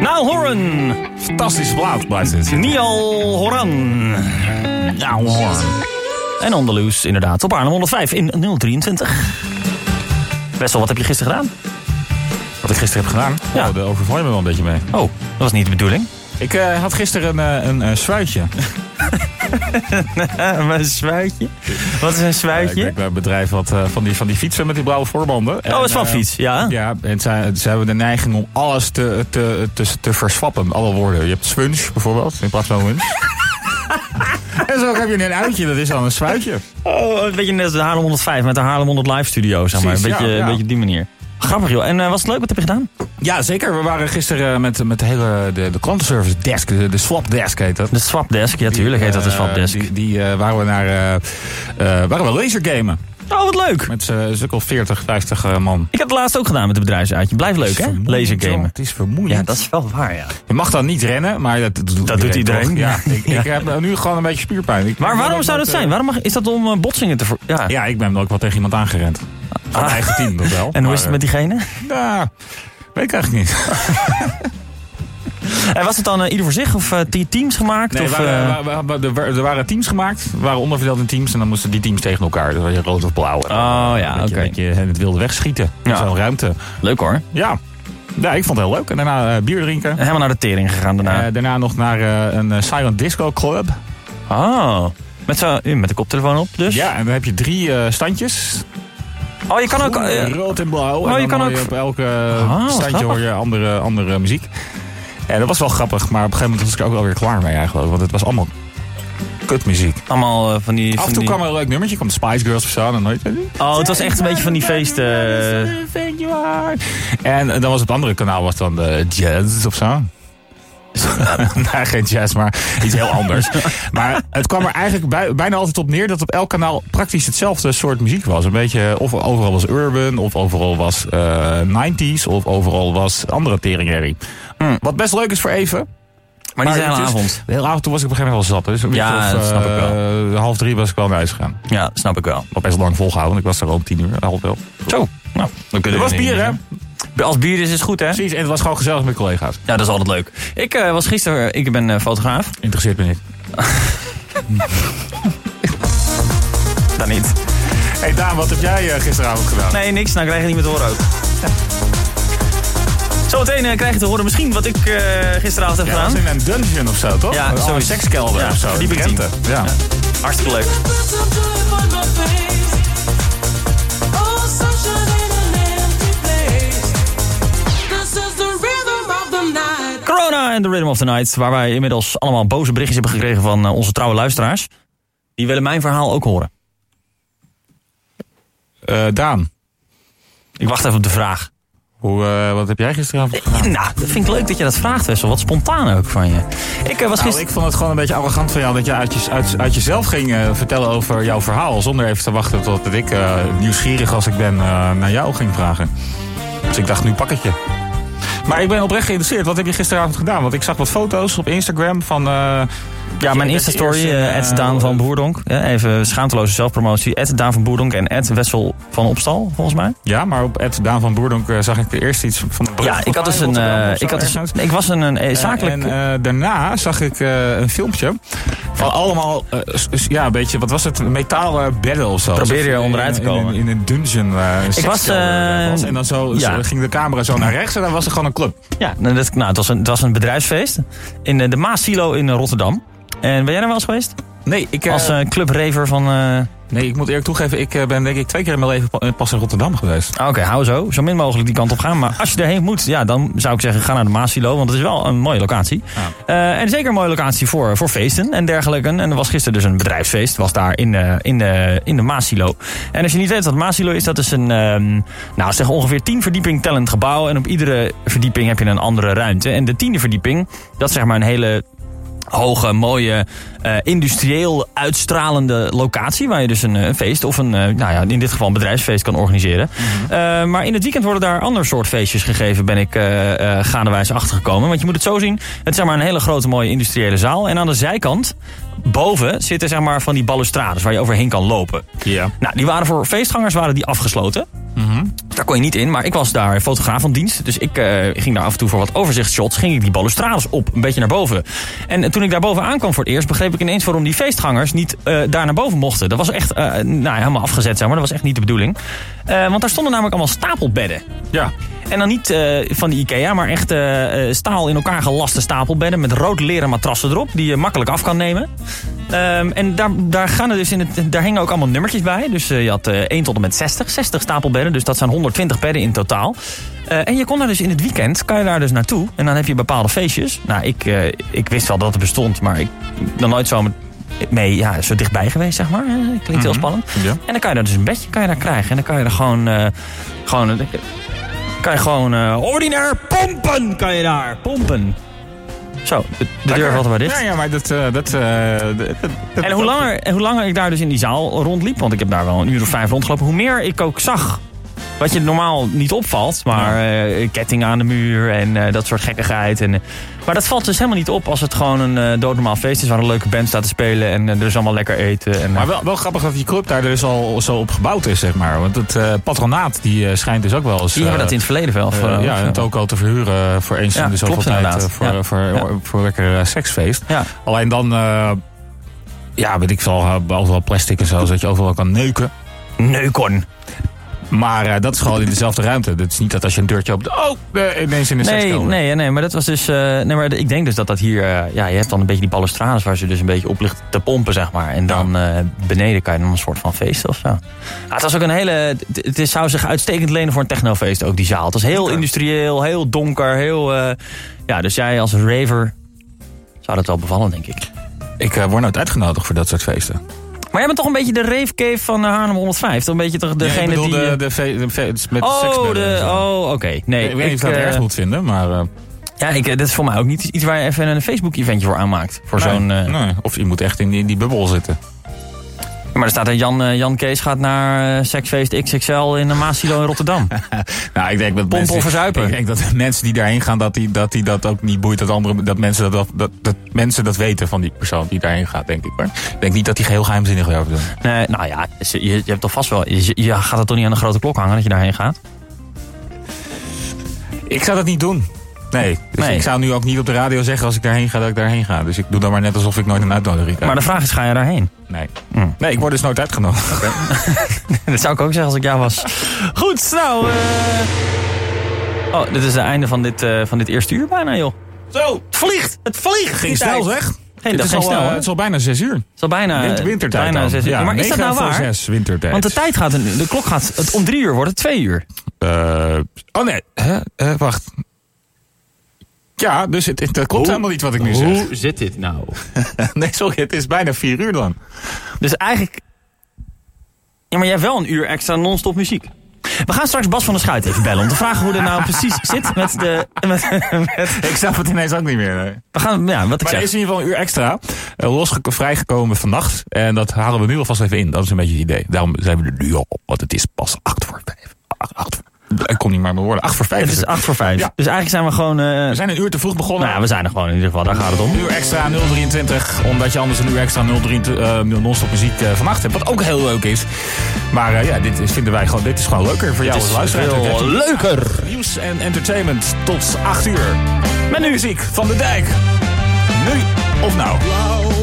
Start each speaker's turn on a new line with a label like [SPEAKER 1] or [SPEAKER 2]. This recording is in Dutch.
[SPEAKER 1] Nou Horan.
[SPEAKER 2] Fantastisch plaat blijft dit.
[SPEAKER 1] Nial Horan. Nou Horan. En On The Loose inderdaad. Op Arnhem 105 in 023. Wessel, wat heb je gisteren gedaan?
[SPEAKER 2] Wat ik gisteren heb gedaan,
[SPEAKER 1] Ja.
[SPEAKER 2] oh, daar overval je me wel een beetje mee.
[SPEAKER 1] Oh, dat was niet de bedoeling.
[SPEAKER 2] Ik eh, had gisteren een, eh, een eh, schuitje.
[SPEAKER 1] Eh, een zwijtje. Wat is een
[SPEAKER 2] ik werk bij een bedrijf wat, eh, van, die, van die fietsen met die blauwe voorbanden. En,
[SPEAKER 1] Oh, dat is van
[SPEAKER 2] eh,
[SPEAKER 1] fiets, ja.
[SPEAKER 2] Ja, en zij, zij hebben de neiging om alles te, te, te, te verswappen, alle woorden. Je hebt swunch bijvoorbeeld, in plaats van lunch. en zo heb je een uitje, dat is dan een schuitje.
[SPEAKER 1] Oh, een beetje net als de Haarlem 105 met de Haarlem 100 Live Studio, zeg maar. Een
[SPEAKER 2] Precies,
[SPEAKER 1] beetje,
[SPEAKER 2] ja, ja.
[SPEAKER 1] een beetje op die manier. Grappig joh. En eh, was het leuk? Wat heb je gedaan?
[SPEAKER 2] Ja, zeker. We waren gisteren eh, met, met de hele de, de klantenservice desk, de, de swap desk heet dat.
[SPEAKER 1] De swapdesk. Ja, tuurlijk heet dat de
[SPEAKER 2] Eh,
[SPEAKER 1] swapdesk.
[SPEAKER 2] Die, die eh, waren we naar eh, eh, waren we lasergamen.
[SPEAKER 1] Oh, wat leuk.
[SPEAKER 2] Met z'n stuk of 40, 50 eh, man.
[SPEAKER 1] Ik heb het laatst ook gedaan met het bedrijfsuitje. Blijf leuk, hè?
[SPEAKER 2] Vermoeiend, joh.
[SPEAKER 1] Lasergamen.
[SPEAKER 2] Het is vermoeiend.
[SPEAKER 1] is wel waar, ja.
[SPEAKER 2] Je mag dan niet rennen, maar dat, doet
[SPEAKER 1] Dat doet iedereen.
[SPEAKER 2] toch? Ja, ik, ik heb nu gewoon een beetje spierpijn. Ik-
[SPEAKER 1] Maar waarom
[SPEAKER 2] ik-
[SPEAKER 1] zou dat
[SPEAKER 2] eh,
[SPEAKER 1] zijn? Waarom mag, is dat om eh, botsingen te... Ver... Ja.
[SPEAKER 2] Ja, ik ben ook wel tegen iemand aangerend. Van mijn eigen team, dat wel.
[SPEAKER 1] Ah. En hoe is het met diegene?
[SPEAKER 2] die... Nou, weet ik eigenlijk niet.
[SPEAKER 1] En was het dan eh, ieder voor zich of eh, die teams gemaakt?
[SPEAKER 2] Nee,
[SPEAKER 1] of,
[SPEAKER 2] er waren-
[SPEAKER 1] eh,
[SPEAKER 2] wa- wa- wa- er wa- er waren teams gemaakt. Er waren onderverdeeld in teams. En dan moesten die teams tegen elkaar. Dus was je rood of blauw.
[SPEAKER 1] Oh ja,
[SPEAKER 2] Dat
[SPEAKER 1] oké.
[SPEAKER 2] je- dat je het wilde wegschieten. in
[SPEAKER 1] Ja.
[SPEAKER 2] Zo'n ruimte.
[SPEAKER 1] Leuk hoor.
[SPEAKER 2] Ja. ja, ik vond het heel leuk. En daarna eh, bier drinken.
[SPEAKER 1] Helemaal naar de tering gegaan daarna.
[SPEAKER 2] Eh, daarna nog naar eh, een eh, silent disco club.
[SPEAKER 1] oh. Met, zo, met de koptelefoon op dus?
[SPEAKER 2] Ja, en dan heb je drie eh, standjes.
[SPEAKER 1] Oh, je kan ook...
[SPEAKER 2] Groen,
[SPEAKER 1] eh,
[SPEAKER 2] rood en blauw.
[SPEAKER 1] oh,
[SPEAKER 2] en
[SPEAKER 1] je
[SPEAKER 2] dan
[SPEAKER 1] kan
[SPEAKER 2] hoor je
[SPEAKER 1] ook- Ah,
[SPEAKER 2] op elke eh,
[SPEAKER 1] wat
[SPEAKER 2] standje
[SPEAKER 1] grappig.
[SPEAKER 2] hoor je andere, andere muziek. En dat was wel grappig, maar op een gegeven moment was ik er ook wel weer klaar mee eigenlijk. Want het was allemaal kutmuziek.
[SPEAKER 1] allemaal eh, van die...
[SPEAKER 2] Af
[SPEAKER 1] van
[SPEAKER 2] en toe
[SPEAKER 1] die-
[SPEAKER 2] kwam er een leuk nummertje, kwam de Spice Girls of zo. En dan nooit.
[SPEAKER 1] Oh, het was echt een beetje van die feesten.
[SPEAKER 2] En eh, dan was op het andere kanaal was dan de jazz of zo. nee, geen jazz, maar iets heel anders. maar het kwam er eigenlijk bij- bijna altijd op neer dat op elk kanaal praktisch hetzelfde soort muziek was. Een beetje, of overal was urban, of overal was eh 90s, of overal was andere teringherrie. Wat best leuk is voor even.
[SPEAKER 1] Hmm. Maar die hele
[SPEAKER 2] het is-
[SPEAKER 1] avond.
[SPEAKER 2] De hele avond toen was ik op een gegeven moment wel zat. Dus een
[SPEAKER 1] Ja,
[SPEAKER 2] beetje of,
[SPEAKER 1] dat snap ik
[SPEAKER 2] eh, half drie was ik wel naar huis gegaan.
[SPEAKER 1] Ja, snap ik wel.
[SPEAKER 2] Wat best lang volgehouden, want ik was er al om tien uur. Half wel.
[SPEAKER 1] Zo. Nou, dan kunnen
[SPEAKER 2] Er
[SPEAKER 1] we
[SPEAKER 2] was
[SPEAKER 1] niet
[SPEAKER 2] bier, hè?
[SPEAKER 1] meer zeggen. Als bier is, is goed, hè?
[SPEAKER 2] Precies, en het was gewoon gezellig met collega's.
[SPEAKER 1] Ja, dat is altijd leuk. Ik eh, was gisteren... Ik ben eh, fotograaf.
[SPEAKER 2] Interesseert me niet.
[SPEAKER 1] Dan niet.
[SPEAKER 2] hey Daan, wat heb jij eh, gisteravond gedaan?
[SPEAKER 1] Nee, niks. Nou krijg je niet meer te horen ook. Zometeen eh, krijg je te horen misschien wat ik eh, gisteravond heb
[SPEAKER 2] Ja, dat
[SPEAKER 1] gedaan.
[SPEAKER 2] was in een dungeon of zo, toch?
[SPEAKER 1] Ja,
[SPEAKER 2] Oh, een
[SPEAKER 1] zoiets.
[SPEAKER 2] sekskelder
[SPEAKER 1] Ja,
[SPEAKER 2] of zo.
[SPEAKER 1] verdieping
[SPEAKER 2] in Drenthe. Ja.
[SPEAKER 1] Hartstikke leuk. Corona en The Rhythm of the Night. Waar wij inmiddels allemaal boze berichtjes hebben gekregen van eh, onze trouwe luisteraars. Die willen mijn verhaal ook horen.
[SPEAKER 2] Eh, Daan,
[SPEAKER 1] Ik wacht even op de vraag.
[SPEAKER 2] hoe, eh, wat heb jij gisteravond gedaan?
[SPEAKER 1] Nou, dat vind ik leuk dat je dat vraagt, Wessel. Wat spontaan ook van je. Ik eh, was
[SPEAKER 2] Nou,
[SPEAKER 1] gisteren...
[SPEAKER 2] ik vond het gewoon een beetje arrogant van jou dat je uit, je, uit, uit jezelf ging eh, vertellen over jouw verhaal. Zonder even te wachten tot ik, eh, nieuwsgierig als ik ben, eh, naar jou ging vragen. Dus ik dacht, nu pak het je. Maar ik ben oprecht geïnteresseerd. Wat heb je gisteravond gedaan? Want ik zag wat foto's op Instagram van... eh,
[SPEAKER 1] Ja, mijn
[SPEAKER 2] je
[SPEAKER 1] Insta-story,
[SPEAKER 2] eerst,
[SPEAKER 1] eh,
[SPEAKER 2] eh,
[SPEAKER 1] at Daan van Boerdonk. Ja, even schaamteloze zelfpromotie. At Daan van Boerdonk en at Wessel van Opstal, volgens mij.
[SPEAKER 2] Ja, maar op Ed Daan van Boerdonk eh, zag ik eerst iets van... een
[SPEAKER 1] Ja, ik had dus een... eh, ik, had dus, ik was een, een eh, zakelijk...
[SPEAKER 2] En eh, daarna zag ik eh, een filmpje van allemaal, eh, s- s- ja, een beetje, wat was het, een metalen bedden of zo.
[SPEAKER 1] Probeer je
[SPEAKER 2] Alsof
[SPEAKER 1] onderuit te
[SPEAKER 2] in- in-
[SPEAKER 1] komen.
[SPEAKER 2] In, een dungeon. eh, een sekskelder
[SPEAKER 1] was, eh,
[SPEAKER 2] was. En dan zo,
[SPEAKER 1] ja.
[SPEAKER 2] zo ging de camera zo naar rechts en dan was er gewoon een club.
[SPEAKER 1] Ja, nou, dat, nou, het, was een, het was een bedrijfsfeest in eh, de Maasilo in eh, Rotterdam. En ben jij er wel eens geweest?
[SPEAKER 2] Nee, ik,
[SPEAKER 1] Als eh clubraver van... eh,
[SPEAKER 2] nee, ik moet eerlijk toegeven, ik eh, ben denk ik twee keer in mijn leven pa- eh, pas in Rotterdam geweest.
[SPEAKER 1] ah, Oké, hou zo. Zo min mogelijk die kant op gaan. Maar als je erheen moet, ja, dan zou ik zeggen, ga naar de Maasilo. Want het is wel een mooie locatie. Eh, en zeker een mooie locatie voor, voor feesten en dergelijke. En er was gisteren dus een bedrijfsfeest. Was daar in, eh, in, de in de Maasilo. En als je niet weet wat Maasilo is, dat is een... ehm, nou, zeg ongeveer 10 verdieping tellend gebouw. En op iedere verdieping heb je een andere ruimte. En de tiende verdieping, dat is zeg maar een hele hoge, mooie, eh, industrieel uitstralende locatie... waar je dus een, eh, een feest of een, eh, nou ja, in dit geval een bedrijfsfeest kan organiseren. Eh, maar in het weekend worden daar ander soort feestjes gegeven... ben ik eh eh gaandewijs achtergekomen. Want je moet het zo zien, het is zeg maar een hele grote mooie industriële zaal... en aan de zijkant, boven, zitten zeg maar van die balustrades... waar je overheen kan lopen.
[SPEAKER 2] Ja.
[SPEAKER 1] Nou, die waren voor feestgangers waren die afgesloten. Daar kon je niet in, maar ik was daar fotograaf van dienst. Dus ik eh, ging daar af en toe voor wat overzichtshots. Ging ik die balustrades op, een beetje naar boven. En eh, toen ik daar boven aankwam voor het eerst, begreep ik ineens waarom die feestgangers niet eh, daar naar boven mochten. Dat was echt, eh, nou ja, helemaal afgezet, zeg maar. Dat was echt niet de bedoeling. Eh, want daar stonden namelijk allemaal stapelbedden.
[SPEAKER 2] Ja.
[SPEAKER 1] En dan niet eh, van de Ikea, maar echt eh, eh, staal in elkaar gelaste stapelbedden met rood leren matrassen erop, die je makkelijk af kan nemen. Ehm, en daar, daar, gaan er dus in het, daar hingen ook allemaal nummertjes bij. Dus eh, je had eh 1 tot en met 60, 60 stapelbedden, dus dat zijn 120 bedden in totaal. Eh, en je kon daar dus in het weekend, kan je daar dus naartoe. En dan heb je bepaalde feestjes. Nou, ik, eh, ik wist wel dat het bestond, maar ik ben nooit zo met- mee, ja, zo dichtbij geweest, zeg maar. Eh, Klinkt heel
[SPEAKER 2] Mhm.
[SPEAKER 1] spannend.
[SPEAKER 2] ja.
[SPEAKER 1] En dan kan je daar dus een bedje kan je daar krijgen. En dan kan je er gewoon... eh, gewoon eh, kan je gewoon eh, ordinair pompen, kan je daar. Pompen. Zo, de, de deur valt er maar dicht.
[SPEAKER 2] Ja, ja, maar dat... eh, dat, eh, dat- dat- dat-
[SPEAKER 1] En hoe langer, en hoe langer ik daar dus in die zaal rondliep, want ik heb daar wel een uur of vijf rondgelopen, hoe meer ik ook zag. Wat je normaal niet opvalt, maar eh kettingen aan de muur en eh, dat soort gekkigheid. En, eh, maar dat valt dus helemaal niet op als het gewoon een eh, doodnormaal feest is waar een leuke band staat te spelen en eh, er is allemaal lekker eten. En, eh,
[SPEAKER 2] Maar wel, wel grappig dat die club daar dus al zo op gebouwd is, zeg maar. Want het eh, patronaat die eh, schijnt dus ook wel eens...
[SPEAKER 1] die hebben dat in het verleden wel.
[SPEAKER 2] eh,
[SPEAKER 1] of,
[SPEAKER 2] eh,
[SPEAKER 1] eh,
[SPEAKER 2] ja,
[SPEAKER 1] of,
[SPEAKER 2] een
[SPEAKER 1] eh,
[SPEAKER 2] toko te verhuren voor eens
[SPEAKER 1] Ja,
[SPEAKER 2] in de zoveel
[SPEAKER 1] klopt
[SPEAKER 2] tijd eh,
[SPEAKER 1] inderdaad.
[SPEAKER 2] voor,
[SPEAKER 1] Ja.
[SPEAKER 2] voor,
[SPEAKER 1] Ja.
[SPEAKER 2] voor lekker eh, seksfeest.
[SPEAKER 1] ja.
[SPEAKER 2] Alleen dan, eh, ja, weet ik veel, eh, overal plastic en zo, zodat je overal kan neuken.
[SPEAKER 1] Neukon.
[SPEAKER 2] Maar eh, dat is gewoon in dezelfde ruimte. Het is niet dat als je een deurtje opent, oh, eh, ineens in de
[SPEAKER 1] Nee,
[SPEAKER 2] sekskelder.
[SPEAKER 1] nee, nee, maar dat was dus. eh, nee, maar ik denk dus dat dat hier. eh, ja, je hebt dan een beetje die balustrades waar ze dus een beetje op ligt te pompen, zeg maar. En dan eh, beneden kan je dan een soort van feest of zo. Ah, het was ook een hele. Het, het is- zou zich uitstekend lenen voor een technofeest, ook die zaal. Het was heel
[SPEAKER 2] Zeker.
[SPEAKER 1] industrieel, heel donker, heel. eh, ja, dus jij als raver zou dat wel bevallen, denk ik.
[SPEAKER 2] Ik eh, word nooit uitgenodigd voor dat soort feesten.
[SPEAKER 1] Maar jij bent toch een beetje de ravecave van eh, Haarlem 105? Toch een beetje toch
[SPEAKER 2] Ja, ik
[SPEAKER 1] degene
[SPEAKER 2] bedoel
[SPEAKER 1] die.
[SPEAKER 2] de,
[SPEAKER 1] eh,
[SPEAKER 2] de, fe- de fe- met de
[SPEAKER 1] Oh,
[SPEAKER 2] seksbedden
[SPEAKER 1] de,
[SPEAKER 2] en zo.
[SPEAKER 1] oh oké. Nee,
[SPEAKER 2] ik weet niet of ik dat
[SPEAKER 1] eh,
[SPEAKER 2] erg moet vinden, maar... eh,
[SPEAKER 1] Ja, ik, eh, dit is voor mij ook niet iets waar je even een Facebook-eventje voor aanmaakt. Voor
[SPEAKER 2] nee,
[SPEAKER 1] zo'n. eh,
[SPEAKER 2] nee. Of je moet echt in die, in die bubbel zitten.
[SPEAKER 1] Maar er staat er Jan, eh, Jan Kees gaat naar eh, seksfeest XXL in eh, Maasilo in Rotterdam.
[SPEAKER 2] Nou, ik denk dat
[SPEAKER 1] Pompen
[SPEAKER 2] mensen,
[SPEAKER 1] of verzuipen?
[SPEAKER 2] Ik denk dat mensen die daarheen gaan, dat die dat, die dat ook niet boeit. Dat, andere, dat, mensen dat, dat, dat mensen dat weten van die persoon die daarheen gaat, denk ik. Maar ik denk niet dat die heel geheimzinnig over doen.
[SPEAKER 1] Nee, nou ja, je, je hebt toch vast wel. Je, je gaat het toch niet aan de grote klok hangen dat je daarheen gaat?
[SPEAKER 2] Ik zou dat niet doen. Nee, dus
[SPEAKER 1] Nee.
[SPEAKER 2] ik zou nu ook niet op de radio zeggen als ik daarheen ga dat ik daarheen ga. Dus ik doe dan maar net alsof ik nooit een uitnodiging krijg.
[SPEAKER 1] Maar de vraag is: ga je daarheen?
[SPEAKER 2] nee.
[SPEAKER 1] Mm.
[SPEAKER 2] nee, ik word dus nooit uitgenodigd.
[SPEAKER 1] dat zou ik ook zeggen als ik jou was. Goed, nou. eh, Oh, dit is het einde van dit, eh, van dit eerste uur bijna, joh.
[SPEAKER 2] Zo,
[SPEAKER 1] Het vliegt! Het vliegt!
[SPEAKER 2] ging snel zeg.
[SPEAKER 1] Geen,
[SPEAKER 2] het,
[SPEAKER 1] dat
[SPEAKER 2] is
[SPEAKER 1] ging
[SPEAKER 2] al,
[SPEAKER 1] snel, hè?
[SPEAKER 2] eh, het
[SPEAKER 1] Het
[SPEAKER 2] is al bijna zes uur.
[SPEAKER 1] is al bijna.
[SPEAKER 2] Winter-
[SPEAKER 1] eh,
[SPEAKER 2] wintertijd
[SPEAKER 1] Bijna
[SPEAKER 2] dan.
[SPEAKER 1] zes uur.
[SPEAKER 2] Ja,
[SPEAKER 1] maar is dat
[SPEAKER 2] negen
[SPEAKER 1] nou
[SPEAKER 2] voor
[SPEAKER 1] waar?
[SPEAKER 2] zes, wintertijd.
[SPEAKER 1] Want de tijd gaat. een- De klok gaat. Het, om drie uur wordt het twee uur.
[SPEAKER 2] Eh, oh nee, hè? Eh, wacht. Ja, dus het, het- dat klopt helemaal niet wat ik nu zeg.
[SPEAKER 1] zit dit nou?
[SPEAKER 2] Nee, sorry, het is bijna vier uur dan.
[SPEAKER 1] Dus eigenlijk. Ja, maar jij hebt wel een uur extra non-stop muziek. We gaan straks Bas van der Schuit even bellen om te vragen hoe dat nou precies zit met de. Met, met-
[SPEAKER 2] Ik snap het ineens ook niet meer. nee.
[SPEAKER 1] we gaan, ja, wat ik
[SPEAKER 2] Maar er
[SPEAKER 1] zeg.
[SPEAKER 2] is in ieder geval een uur extra eh, losge- vrijgekomen vannacht. En dat halen we nu alvast even in. Dat is een beetje het idee. Daarom zijn we er nu al op. Want het is pas acht voor vijf. Acht, acht voor- ik kom niet meer aan mijn woorden. Acht voor vijf.
[SPEAKER 1] Het
[SPEAKER 2] is
[SPEAKER 1] is
[SPEAKER 2] het.
[SPEAKER 1] 8 voor 5.
[SPEAKER 2] Ja.
[SPEAKER 1] Dus eigenlijk zijn we gewoon. eh,
[SPEAKER 2] We zijn een uur te vroeg begonnen.
[SPEAKER 1] nou ja, we zijn er gewoon in ieder geval, daar gaat het om.
[SPEAKER 2] Een uur extra 023, omdat je anders een uur extra 023 eh, non-stop muziek eh, vannacht hebt. Wat ook heel leuk is. Maar eh, ja, dit is, vinden wij gewoon, dit is gewoon leuker voor jou
[SPEAKER 1] Het
[SPEAKER 2] als
[SPEAKER 1] is
[SPEAKER 2] luisteraar.
[SPEAKER 1] veel leuker.
[SPEAKER 2] Nieuws en entertainment tot 8 uur. Met nu muziek van de dijk. Nu of nou.
[SPEAKER 3] blauw